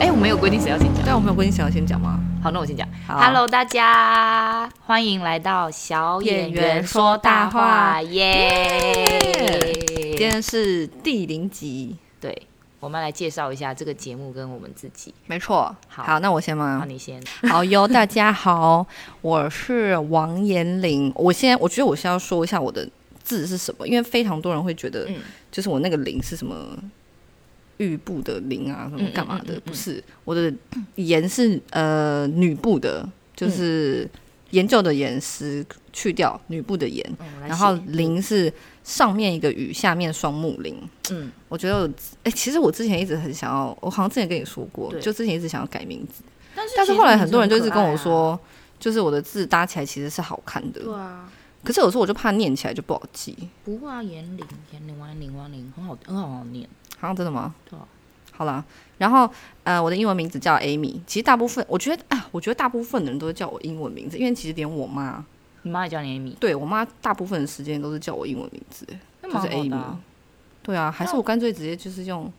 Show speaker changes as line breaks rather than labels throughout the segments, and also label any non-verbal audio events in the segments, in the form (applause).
哎，我没有规定谁要先讲。
但我没有规定想要先讲吗？
好，那我先讲。
好啊
Hello，大家，欢迎来到小演员说大话，
今
耶！
天是第零集，
对，我们来介绍一下这个节目跟我们自己。
没错。
好
好，那我先
好，
吗？
你先。
好哟，大家好，我是王延龄。我现在我觉得我是要说一下我的字是什么，因为非常多人会觉得
嗯，
就是我那个“龄”是什么玉部的“龄”啊，什么
嗯
干嘛的？
嗯嗯嗯
不是，我的“研”是呃女部的，就是研究的“研”是去掉女部的“研”，
嗯，我来
然后
写
“龄”是上面一个雨，下面双木林。
嗯，
我觉得我，哎、其实我之前一直很想要，我好像之前跟你说过，
对
就之前一直想要改名字，
但是
但是
其实
后来
你
很多人就一直
可爱
跟
啊
我，说，就是我的字搭起来其实是好看的，
对啊，
可是有时候我就怕念起来就不好记，
不会啊，严玲，严玲，王玲，王玲，很好，很好念。
好像真的吗？
对啊
好啦，然后呃，我的英文名字叫 Amy，其实大部分我觉得啊，我觉得大部分的人都会叫我英文名字，因为其实连我妈，
你妈也叫你 Amy，
对我妈大部分的时间都是叫我英文名字，
那
就
蛮
是
好
Amy
的啊。。
对啊，还是
那
我干脆直接就是用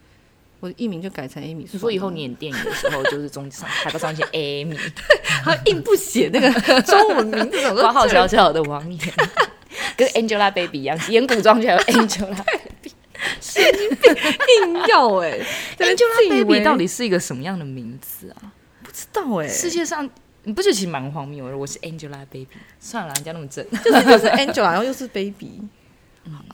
我的艺名就改成 Amy 算了。
你说以 (laughs) 后你演电影的时候，就是中上海报上写 Amy， (laughs)
他硬不写那个中文名字，
(laughs) 花好小小的王岩， (laughs) 跟 Angelababy 一样，演古装剧 (laughs) 还有 Angelababy。
硬要哎、欸
Angelababy 到底是一个什么样的名字啊？
不知道哎、
世界上你不觉得其实蛮荒谬的？我是 Angelababy，算了，人家那么正，
就是就是 Angela，然后又是 Baby。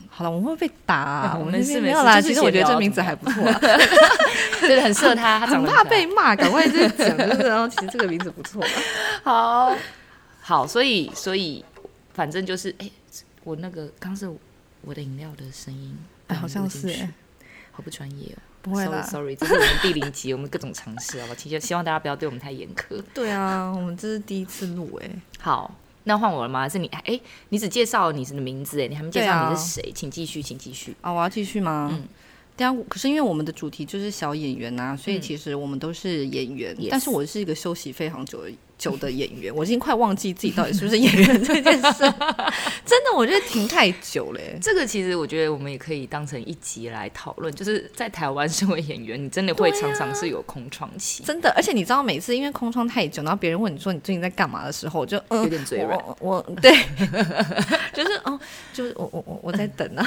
好嗯了，我们会被打、啊。
嗯
我
没
们
事
这边
没
没
事
有啦。
就是
其实我觉得
闲聊
这名字还不错、啊， (laughs)
对， (laughs) 很适合他，他长
很
得可
怕
爱
被骂，赶快就是 (laughs) 讲，就是然后其实这个名字不错、啊
好好，所以所以反正就是，哎、我那个刚是我的饮料的声音，
哎好像是
录进去
哎
好不专业哦。
不会啦
s o r r y sorry，这是我们第零集，我们各种尝试，好吧？其实希望大家不要对我们太严苛。
对啊，我们这是第一次录哎、
好，那换我了吗？还是你？哎、你只介绍了你是你的名字，哎，你还没介
对
绍
啊
你是谁、请继续，请继续。
啊，我要继续吗？
嗯
对啊，可是因为我们的主题就是小演员呐、所以
嗯
其实我们都是演员，
Yes
但是我是一个休息非常久的久的演员，我已经快忘记自己到底是不是演员这件 (laughs) 事，真的，我觉得停太久了欸、
这个其实我觉得我们也可以当成一集来讨论，就是在台湾身为演员，你真的会常常是有空窗期，
真的，而且你知道，每次因为空窗太久，然后别人问你说你最近在干嘛的时候，我就嗯，
有点嘴软。
我我 (laughs) 对，就是哦，就是我我我我在等 (laughs) 啊，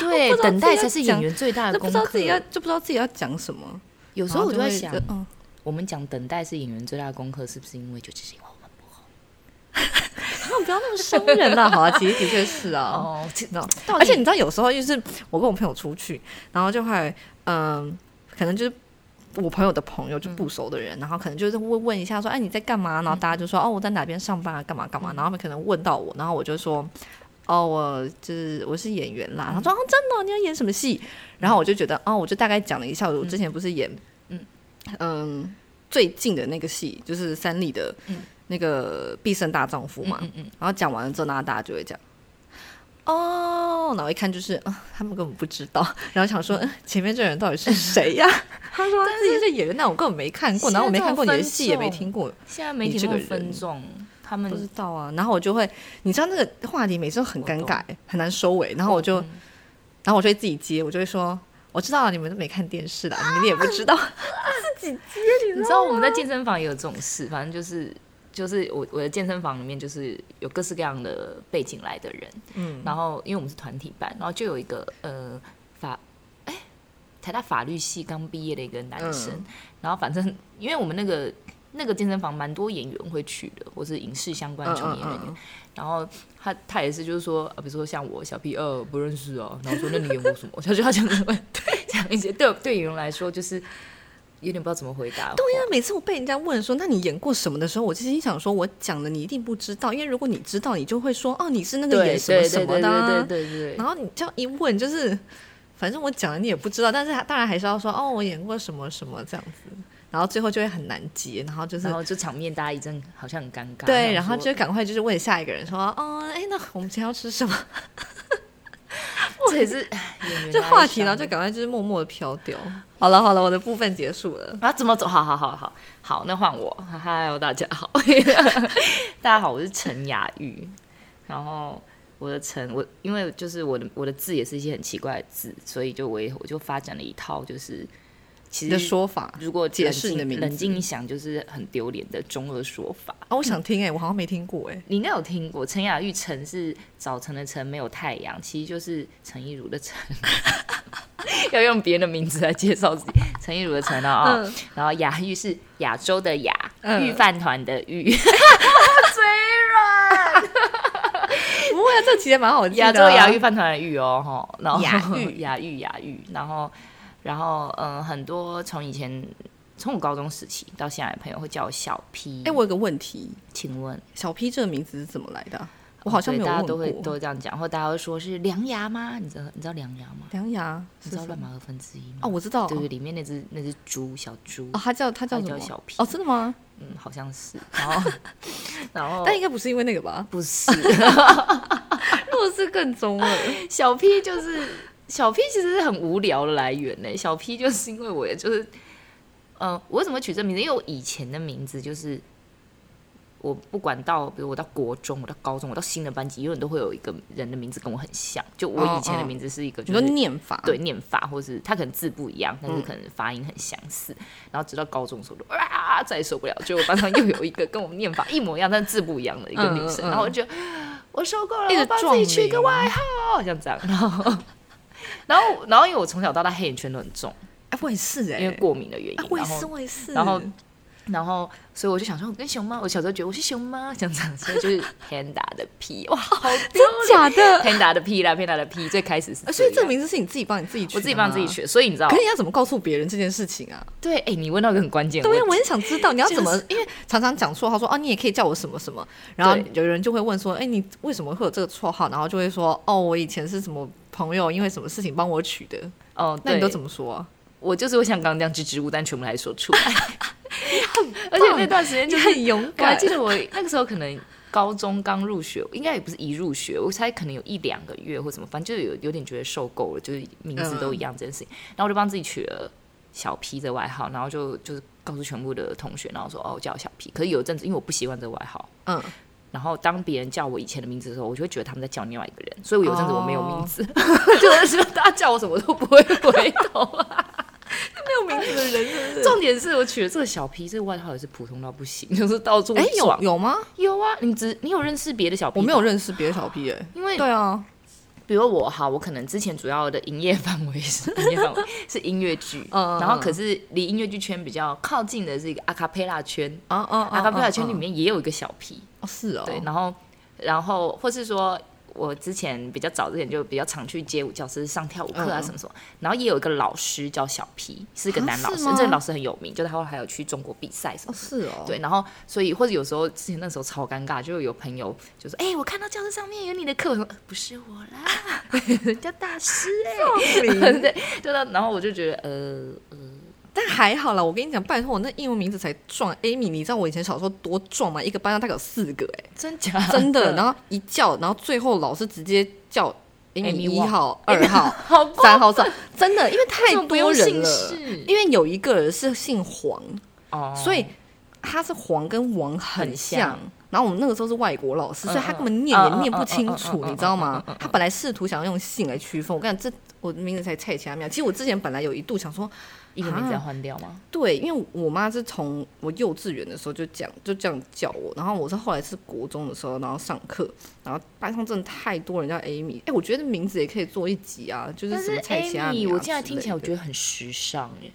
对
我不知道
等待才
自己要
是演员最大的
就不
功
知
课。
道自己要就不知道自己要讲什么，
有
有
时候我就在想，
嗯，
我们讲等待是演员最大的功课，是不是因为就只是因为我们不红？
不要那么伤人了，好啊，其实的确是啊，
哦，这
知道而且你知道，有时候就是我跟我朋友出去，然后就会，嗯，可能就是我朋友的朋友，就不熟的
嗯
人，然后可能就是会问一下说，哎，你在干嘛？然后大家就说，哦，我在哪边上班啊，干嘛干嘛。
嗯
然后他们可能问到我，然后我就说，哦，我就是我是演员啦。
嗯
他说，哦，真的哦、你要演什么戏？然后我就觉得，哦，我就大概讲了一下，我之前不是演，
嗯
嗯嗯，最近的那个戏就是三立的
嗯
那个《毕生大丈夫》嘛。
嗯嗯，
然后讲完了之后，然后大家就会讲。哦，然后一看就是，啊，他们根本不知道， (laughs) 然后想说，嗯前面这人到底是
(laughs)
谁呀、他说他自己是演员，那我根本没看过，
现在
然后我没看过你的戏，
这
也
种分嗯
没听过，
(laughs) 现在媒体
你这
那么
个人
分众，他
不知
们
道啊。然后我就会，你知道那个话题每次都很尴尬，很难收尾。然后我就，
嗯
然后我就会自己接，我就会说，我知道啊你们都没看电视的，你们也
(laughs)
不知道。
你知道我们在健身房也有这种事，反正就是就是我我的健身房里面就是有各式各样的背景来的人，
嗯，
然后因为我们是团体班，然后就有一个呃法哎台大法律系刚毕业的一个男生，
嗯
然后反正因为我们那个那个健身房蛮多演员会去的，或是影视相关的从业人员，
嗯
然后他他也是就是说，呃比如说像我小 P 二不认识哦，然后我说那你演我什么？ (laughs) 他就他讲什么讲一些对我对演员来说就是有点不知道怎么回答。
对啊呀、每次我被人家问说，那你演过什么的时候，我就心想说，我讲了你一定不知道，因为如果你知道，你就会说，哦，你是那个
对
演什么
对
什
对
么
对
的啊、
对对对
然
对，
后你这样一问，就是反正我讲了你也不知道，但是他当然还是要说哦，我演过什么什么这样子，然后最后就会很难接，然后就是
然后就场面大家一阵好像很尴尬。
对，
想说
然后就赶快就是问下一个人说，哦，哎，那我们今天要吃什 (laughs) 么？
这
(laughs)
也是唉演员啊
这
的
话
哀
题，然后就
伤
赶快就是默默的飘掉。好了好了，我的部分结束了。
啊，怎么走？好好好好好，那换我。嗨，大家好， (laughs) 大家好，我是陈雅玉。然后我的陈，我因为就是我的我的字也是一些很奇怪的字，所以就我也我就发展了一套就是其
你
实
的说法
如果
解
冷
释你
静
的名字
冷静一想，就是很丢脸的中二说法。
啊，我想听哎、我好像没听过哎、
你应该有听过陈雅玉“晨”是早晨的“晨”，没有太阳，其实就是陈亦儒的“陈”， (laughs) 要用别人的名字来介绍自己。陈亦儒的“陈”啊、哦，然后雅玉是亚洲的“雅”，
嗯
御饭团的“玉
(laughs) 不会啊，这期间蛮 (laughs) 好”，记的、
亚
啊。
洲雅玉饭团的“玉”哦，哈，然后
雅
(laughs)
玉
雅玉雅玉，然后然后嗯、呃很多从以前从我高中时期到现在的朋友会叫我小 P。
哎、我有个问题，
请问
小 P 这个名字是怎么来的啊、我好像
对
没有
大家
问过。
都会都会这样讲，或大家会说是梁牙吗？你知道你知道梁牙吗？
梁牙
你
是
知道
什
乱
么
马二分之一吗？
哦，我知道。
对对，里面那只那只猪小猪，
哦，他叫他叫
它
什
叫
么？
小 P
哦，真的吗？
嗯，好像是。然后 (laughs) 然后
但应该不是因为那个吧？
不是
如果是更中二，
(laughs) 小 P (laughs) 就是小 P，其实是很无聊的来源呢。小 P 就是因为我也就是，呃，我为什么取这名字？因为我以前的名字就是。我不管到，比如我到国中，我到高中，我到新的班级，永远都会有一个人的名字跟我很像。就我以前的
哦哦
名字是一个，
你
就
说
是
念法
对念法，或是他可能字不一样，但是
啊嗯
可能发音很相似。然后直到高中的时候，我就啊，再也受不了，就我班上又有一个跟我们念法一模一样，但是字不一样的一个女生，
嗯嗯嗯
然后我就觉得我受够了，
一直
我帮自
撞啊
己取一个
名
外号，像这样。啊然后，然后，然后因为我从小到大黑眼圈都很重，
哎，我也是哎、
因为过敏的原因，
啊，我也
然后
是，我也是。
然后然后，所以我就想说，我跟熊猫，我小时候觉得我是熊猫，像这样，
(laughs)
所以就是 panda 的 P，哇，好丢
真假的？
脸，panda 的 P 啦，panda 的 P，最开始是
呃所以这
样
个名字是你自己帮你自己取，
我自己帮自己。取，所以你知道
可，是你要怎么告诉别人这件事情啊？
对，哎、你问到一个很关键的问
对啊呀，
题，
我也想知道你要怎么
就是，
因为常常讲错，他说哦，你也可以叫我什么什么，然后
对
有人就会问说，哎，你为什么会有这个绰号？然后就会说，哦，我以前是什么朋友，因为什么事情帮我取的。
哦，
那你都怎
么？
么说啊？
我就是会像刚刚那样支支吾吾，但全部来说
(laughs)
出来。而且那段时间就是，
很勇
我还记得我那个时候可能高中刚入学，应该也不是一入学，我猜可能有一两个月或什么，反正就有有点觉得受够了，就是名字都一样这件事情。然后我就帮自己取
嗯
了小 P 的外号，然后就就是告诉全部的同学，然后说哦，我叫我小 P。可是有一阵子，因为我不习惯这个外号， (laughs)
嗯，
然后当别人叫我以前的名字的时候，我就会觉得他们在叫另外一个人，所以我有一阵子我没有名字， (laughs) 就是大家叫我什么都不会回头、 (laughs)
没有名字的人是不是？
重点是我取了这个小 P，这个外号也是普通到不行， (laughs) 就是到处
哎，
撞
有有吗？
有啊，你只你有认识别的小 P？
我没有
吧，
认识别的小 P 哎。
因为
对啊，
比如我哈，我可能之前主要的营业范围是 (laughs) 营业范围是音乐剧，
嗯嗯
然后可是离音乐剧圈比较靠近的是一个阿卡贝拉圈，
啊啊啊！
阿卡贝拉圈里
啊
面也有一个小 P，
哦是哦，
对，然后然后或是说。我之前比较早之前就比较常去街舞教室上跳舞课啊
嗯嗯
什么什么，然后也有一个老师叫小 P，是个
啊
男老
是
师，
吗
这个老师很有名，就他后来还有去中国比赛什么
哦是哦， (laughs)
对，然后所以或者有时候之前那时候超尴尬，就有朋友就说：“哎、我看到教室上面有你的课，我说、呃不是我啦， (laughs) 人家大师哎、欸，对对的。”然后我就觉得呃，
但还好啦，我跟你讲，拜托，我那英文名字才壮，Amy，你知道我以前小时候多壮吗？一个班上大概有四个、欸，
真假
(laughs) 真的。然后一叫，然后最后老师直接叫 Amy
Amy
哦一
Wong
号、二 (laughs) 号、
好过
三号上，真的，因为太
种不
多
用
人
姓
了
氏。
因为有一个人是姓黄，
哦，
所以他是黄跟王很
很像
像。然后我们那个时候是外国老师，
嗯
所以他
嗯
根本念也
嗯嗯
念不
嗯
清
嗯
楚，
嗯
你知道吗
嗯嗯嗯嗯？
他本来试图想要用姓来区分，我跟你讲，这我名字才蔡其他妙。其实我之前本来有一度想说，
一个名字
啊
要换掉吗？
对，因为我妈是从我幼稚园的时候就讲，就这样叫我，然后我是后来是国中的时候，然后上课，然后班上真的太多人叫 Amy，哎、我觉得名字也可以做一集啊，就是
但
什
是
么蔡奇亚
Amy，
米、啊
我现在听起来我
得
觉得很时尚哎、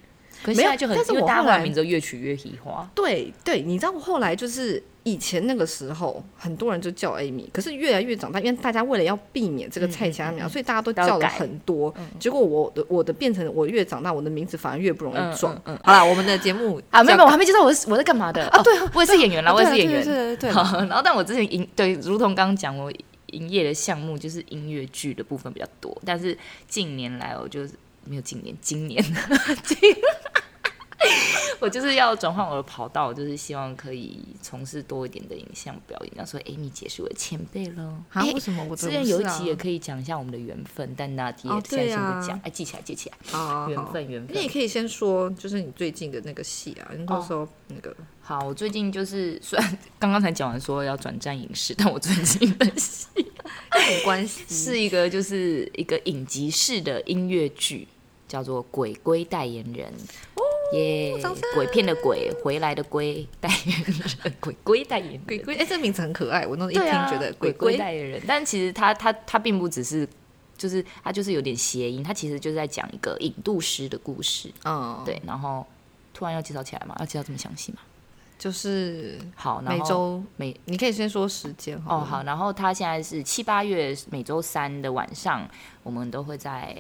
可是
没
现
有
在就很，
但是
因为
我
大家
后
后来
来
名字越取越移花，
对对，你知道我后来就是以前那个时候，很多人就叫 Amy，可是越来越长大，因为大家为了要避免这个
嗯
蔡奇亚米、
嗯嗯
所以大家都
都要
叫了
改嗯
很多，结果我的我的变成我越长大，我的名字反而越不容
嗯
易撞。
嗯嗯
好啦，我们的节目
(laughs) 啊，没有，没
叫
有我还没介绍我是我在干嘛的啊
对，
我也是演员啦，我也是
哦 (laughs) 对
演员，
对对对对，
(laughs) 好，然后但我之前营对，如同刚刚讲，我营业的项目就是音乐剧的部分比较多，但是近年来我就是没有近年，今年 (laughs) 今我就是要转换我的跑道，我就是希望可以从事多一点的影像表演。然后所以 Amy 姐是我的前辈喽。
啊，
哎
为什么我
之
真的
前有
不
一
是啊
集也可以讲一下我们的缘分，但那集
哦
也现在
对
先
啊
不讲，哎，记起来，记起来，
啊，
缘
好
分，缘分
那。你可以先说，就是你最近的那个戏啊，你
哦
到时候那个
好，我最近就是 (laughs) 虽然刚刚才讲完说要转战影视，但我最近的
(laughs) 有关系
是一个就是一个影集式的音乐剧，叫做《鬼鬼代言人》。耶、
哦掌声
鬼片的鬼，回来的龟代言人， (laughs) (laughs) 鬼龟代言人，
鬼龟，哎、这名字很可爱，我那时候一
对
听
啊
觉得
鬼
鬼
鬼
龟，
代言人，但其实他他他并不只是，就是他就是有点谐音，他其实就是在讲一个引渡师的故事，
嗯，，
对，然后突然要介绍起来嘛，要介绍这么详细嘛，
就是
好，然
每
后
周，
每
你可以先说时间
哦
了，
好，然后他现在是七八月每周三的晚上，我们都会在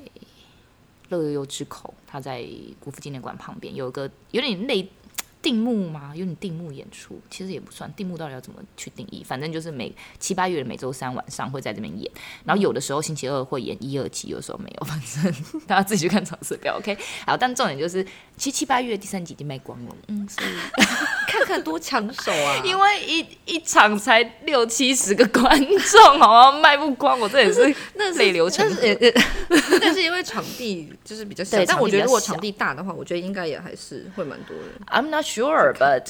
乐悠悠之口，他在国父纪念馆旁边有一个有点类定目嘛，有点定目演出，其实也不算定目，到底要怎么去定义？反正就是每七八月的每周三晚上会在这边演，然后有的时候星期二会演一二集，有的时候没有，反正 (laughs) 大家自己去看场次表。OK，好，但重点就是，其实七八月第三集已经卖光了，嗯，所以。！
看看多抢手啊 (laughs)
因为一一场才六七十个观众，好 (laughs) 像卖不光，我这也是
那是
泪流成
但
河
是也也但是因为场地就是比较小
对，
但我觉得如果
场
场地大的话，我觉得应该也还是会蛮多 (laughs) 人。
I'm not sure, but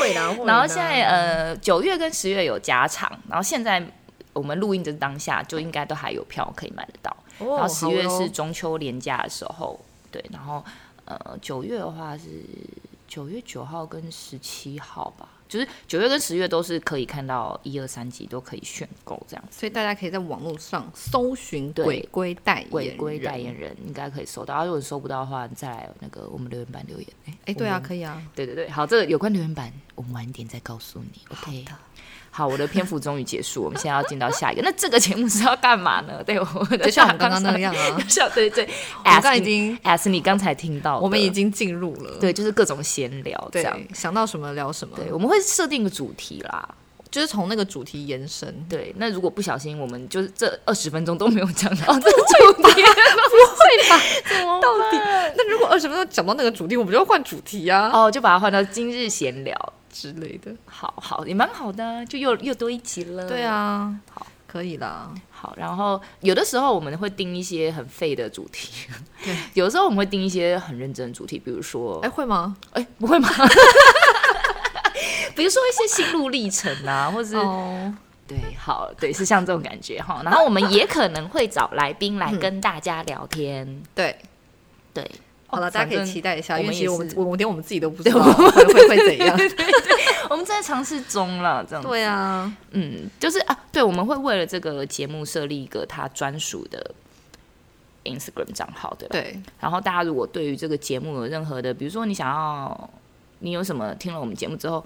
会啦，会啦
然后现在呃九月跟十月有加场，然后现在我们录音的当下就应该都还有票可以买得到，
哦
然后十月
好
是
咯
中秋连假的时候，对，然后呃九月的话是九月九号跟十七号吧，就是九月跟十月都是可以看到一二三集都可以选购这样子。
所以大家可以在网络上搜寻
对
鬼龟代言
鬼龟代言
人。
人应该可以收到，啊如果收不到的话，再来那个我们留言板留言。哎、
哎，对啊，
我们
可以啊。
对对对，好，这个有关留言板，我们晚一点再告诉你。OK，好我的篇幅终于结束，我们现在要进到下一个。那这个节目是要干嘛呢？对，我们
就像我们刚刚那样 (laughs) 啊，
像对对，
我们刚
as
刚已
你
经
as 你刚才听到的，
我们已经进入了，
对，就是各种闲聊这
对
样。，
想到什么聊什么，
对，我们会设定一个主题啦。
就是从那个主题延伸。
对，那如果不小心，我们就是这二十分钟都没有讲到这个主题，
会吧？
怎么
到底 (laughs) 那如果二十分钟讲到那个主题，我们就要换主题啊 (laughs)
哦，就把它换到今日闲聊。
之类的。
好好，也蛮好的啊、就又又多一集了。
对，啊，
好，
可以啦。
好。然后有的时候我们会定一些很废的主题，
对，
(laughs) 有的时候我们会定一些很认真的主题，比如说，
哎，
哎、
会吗？
不会吗？ (laughs) 比如说一些心路历程啊，或是、
哦，
对，好，对，是像这种感觉哈。然后我们也可能会找来宾来
嗯
跟大家聊天，
对，
对。
好了，大家可以期
待。
待一下，
哦我
因
们
为其实我们
也是
我们连我们自己都
(laughs)
不知道会会会怎样。
我们正在尝试中了，这样子
对啊，
嗯，就是啊，对，我们会为了这个节目设立一个它专属的 Instagram 账号，对吧？
对，
然后大家如果对于这个节目有任何的，比如说你想要，你有什么听了我们节目之后，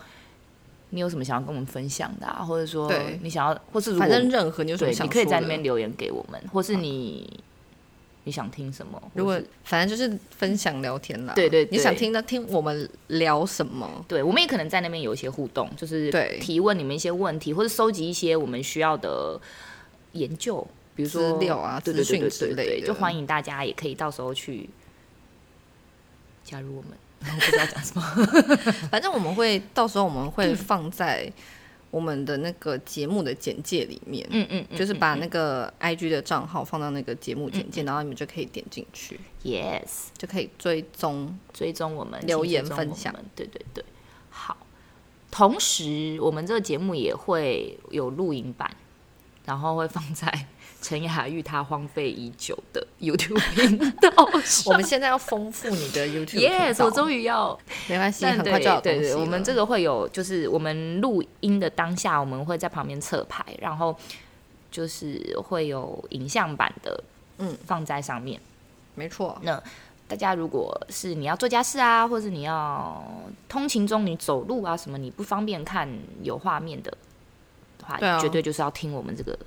你有什么想要跟我们分享的、啊，或者说
对
你想要，或是如果
反正任何你有什么
对，
想
你可以
说
在那
的嗯
边留言给我们，或是你你想听什么，
如
或
果
是
反正就是分享聊天啦，
对对对
你想听到听我们聊什么？
对，我们也可能在那边有一些互动，就是
对
提问你们一些问题，或者收集一些我们需要的研究，比如说
资料啊
对对
资讯
对
之
对对
类
对，
的
就欢迎大家也可以到时候去加入我们。我不知道讲什么，
反正我们会到时候我们
嗯
会放在我们的那个节目的简介里面，
嗯嗯嗯，
就是把那个 IG 的账号放到那个节目简介，然后你们就可以点进去，
yes，
就可以追
(laughs)
踪。
追踪我们
留
请追
言
踪
分
我
享
们对对对，好。同时，我们这个节目也会有录影版，然后会放在陈雅玉她荒废已久的 YouTube
(laughs)
频道上。
我们现在要丰富你的 YouTube，频
Yes，
道
我终于要，
没关系，
但
很
对
快就要有
对
东西
对，
了
我们这个会有，就是我们录音的当下，我们会在旁边侧拍，然后就是会有影像版的，
嗯，
放在上面。
没错，
那大家如果是你要做家事啊，或者你要通勤中你走路啊什么，你不方便看有画面的话，
对啊
绝对就是要听我们这个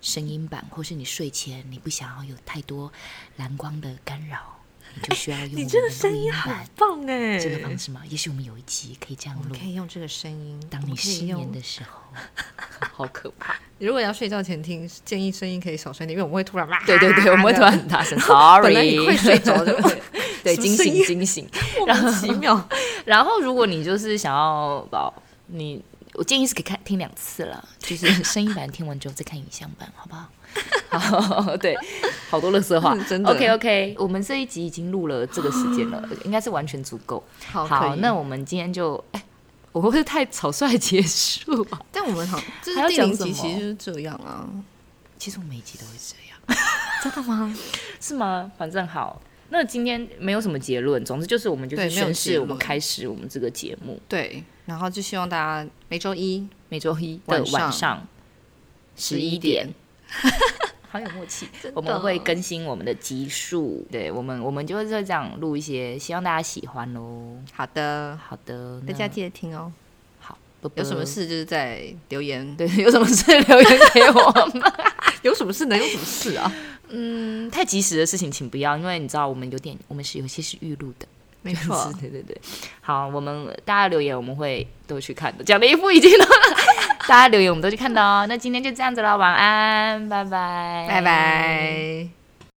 声音版，或是你睡前你不想要有太多蓝光的干扰，你就需要用我
(laughs)
们的录音版。
棒哎
这个方式吗？也许我们有一集可以这样
我
录
们可。以用这个声音，
当
我
你
们可以
失眠
用
的时候，
(laughs)
好可怕！
如果要睡觉前听，建议声音可以小声点，因为我们会突然
(laughs) 对对对，我们会突
(laughs)
然很大声，sorry，
本来你快睡着了 (laughs)
(laughs) 对，
什么
惊
声
醒
音
惊醒。
莫名其妙。
然后，如果你就是想要把你，我建议是可以看听两次了，就是
(laughs)
声音版听完之后再看影像版，好不好？好，对，好多乐色话
嗯， (laughs) 真的
OK OK，我们这一集已经录了这个时间
(laughs)
了，应该是完全足够。
好可以
那我们今天就，哎，我会不会太草率结束啊？
但我们好，就
还要
是第
讲
零
什
集
么
其实就是这样啊，
其实我每一集都会这样，
真的吗？
是吗？反正好，那今天没有什么结论，总之就是我们就
对
是
没有
宣
结
誓，我
论
们开始我们这个节目，
对，然后就希望大家每周一
每周一的
晚
晚
上
上十一
11
点。好有默
(laughs)
契，我们会更新我们的集数，对我们我们就是会这样录一些，希望大家喜欢喽。
好的，
好的，
大家
那
记得听哦。
好，啵啵
有什
(laughs)
么？事就是在留言，
对，有什么事留言给我们。
有什么事能有什么事啊？
啊嗯，太及时的事情请不要，因为你知道我们有点，我们是有些是预录的。
(laughs) 没
(laughs)
错
是，对对对，好，我们呃大家留言我们会都去看的，讲的一副已经都， (laughs) 大家留言我们都去看的哦。那今天就这样子了，晚安，拜拜，
拜拜。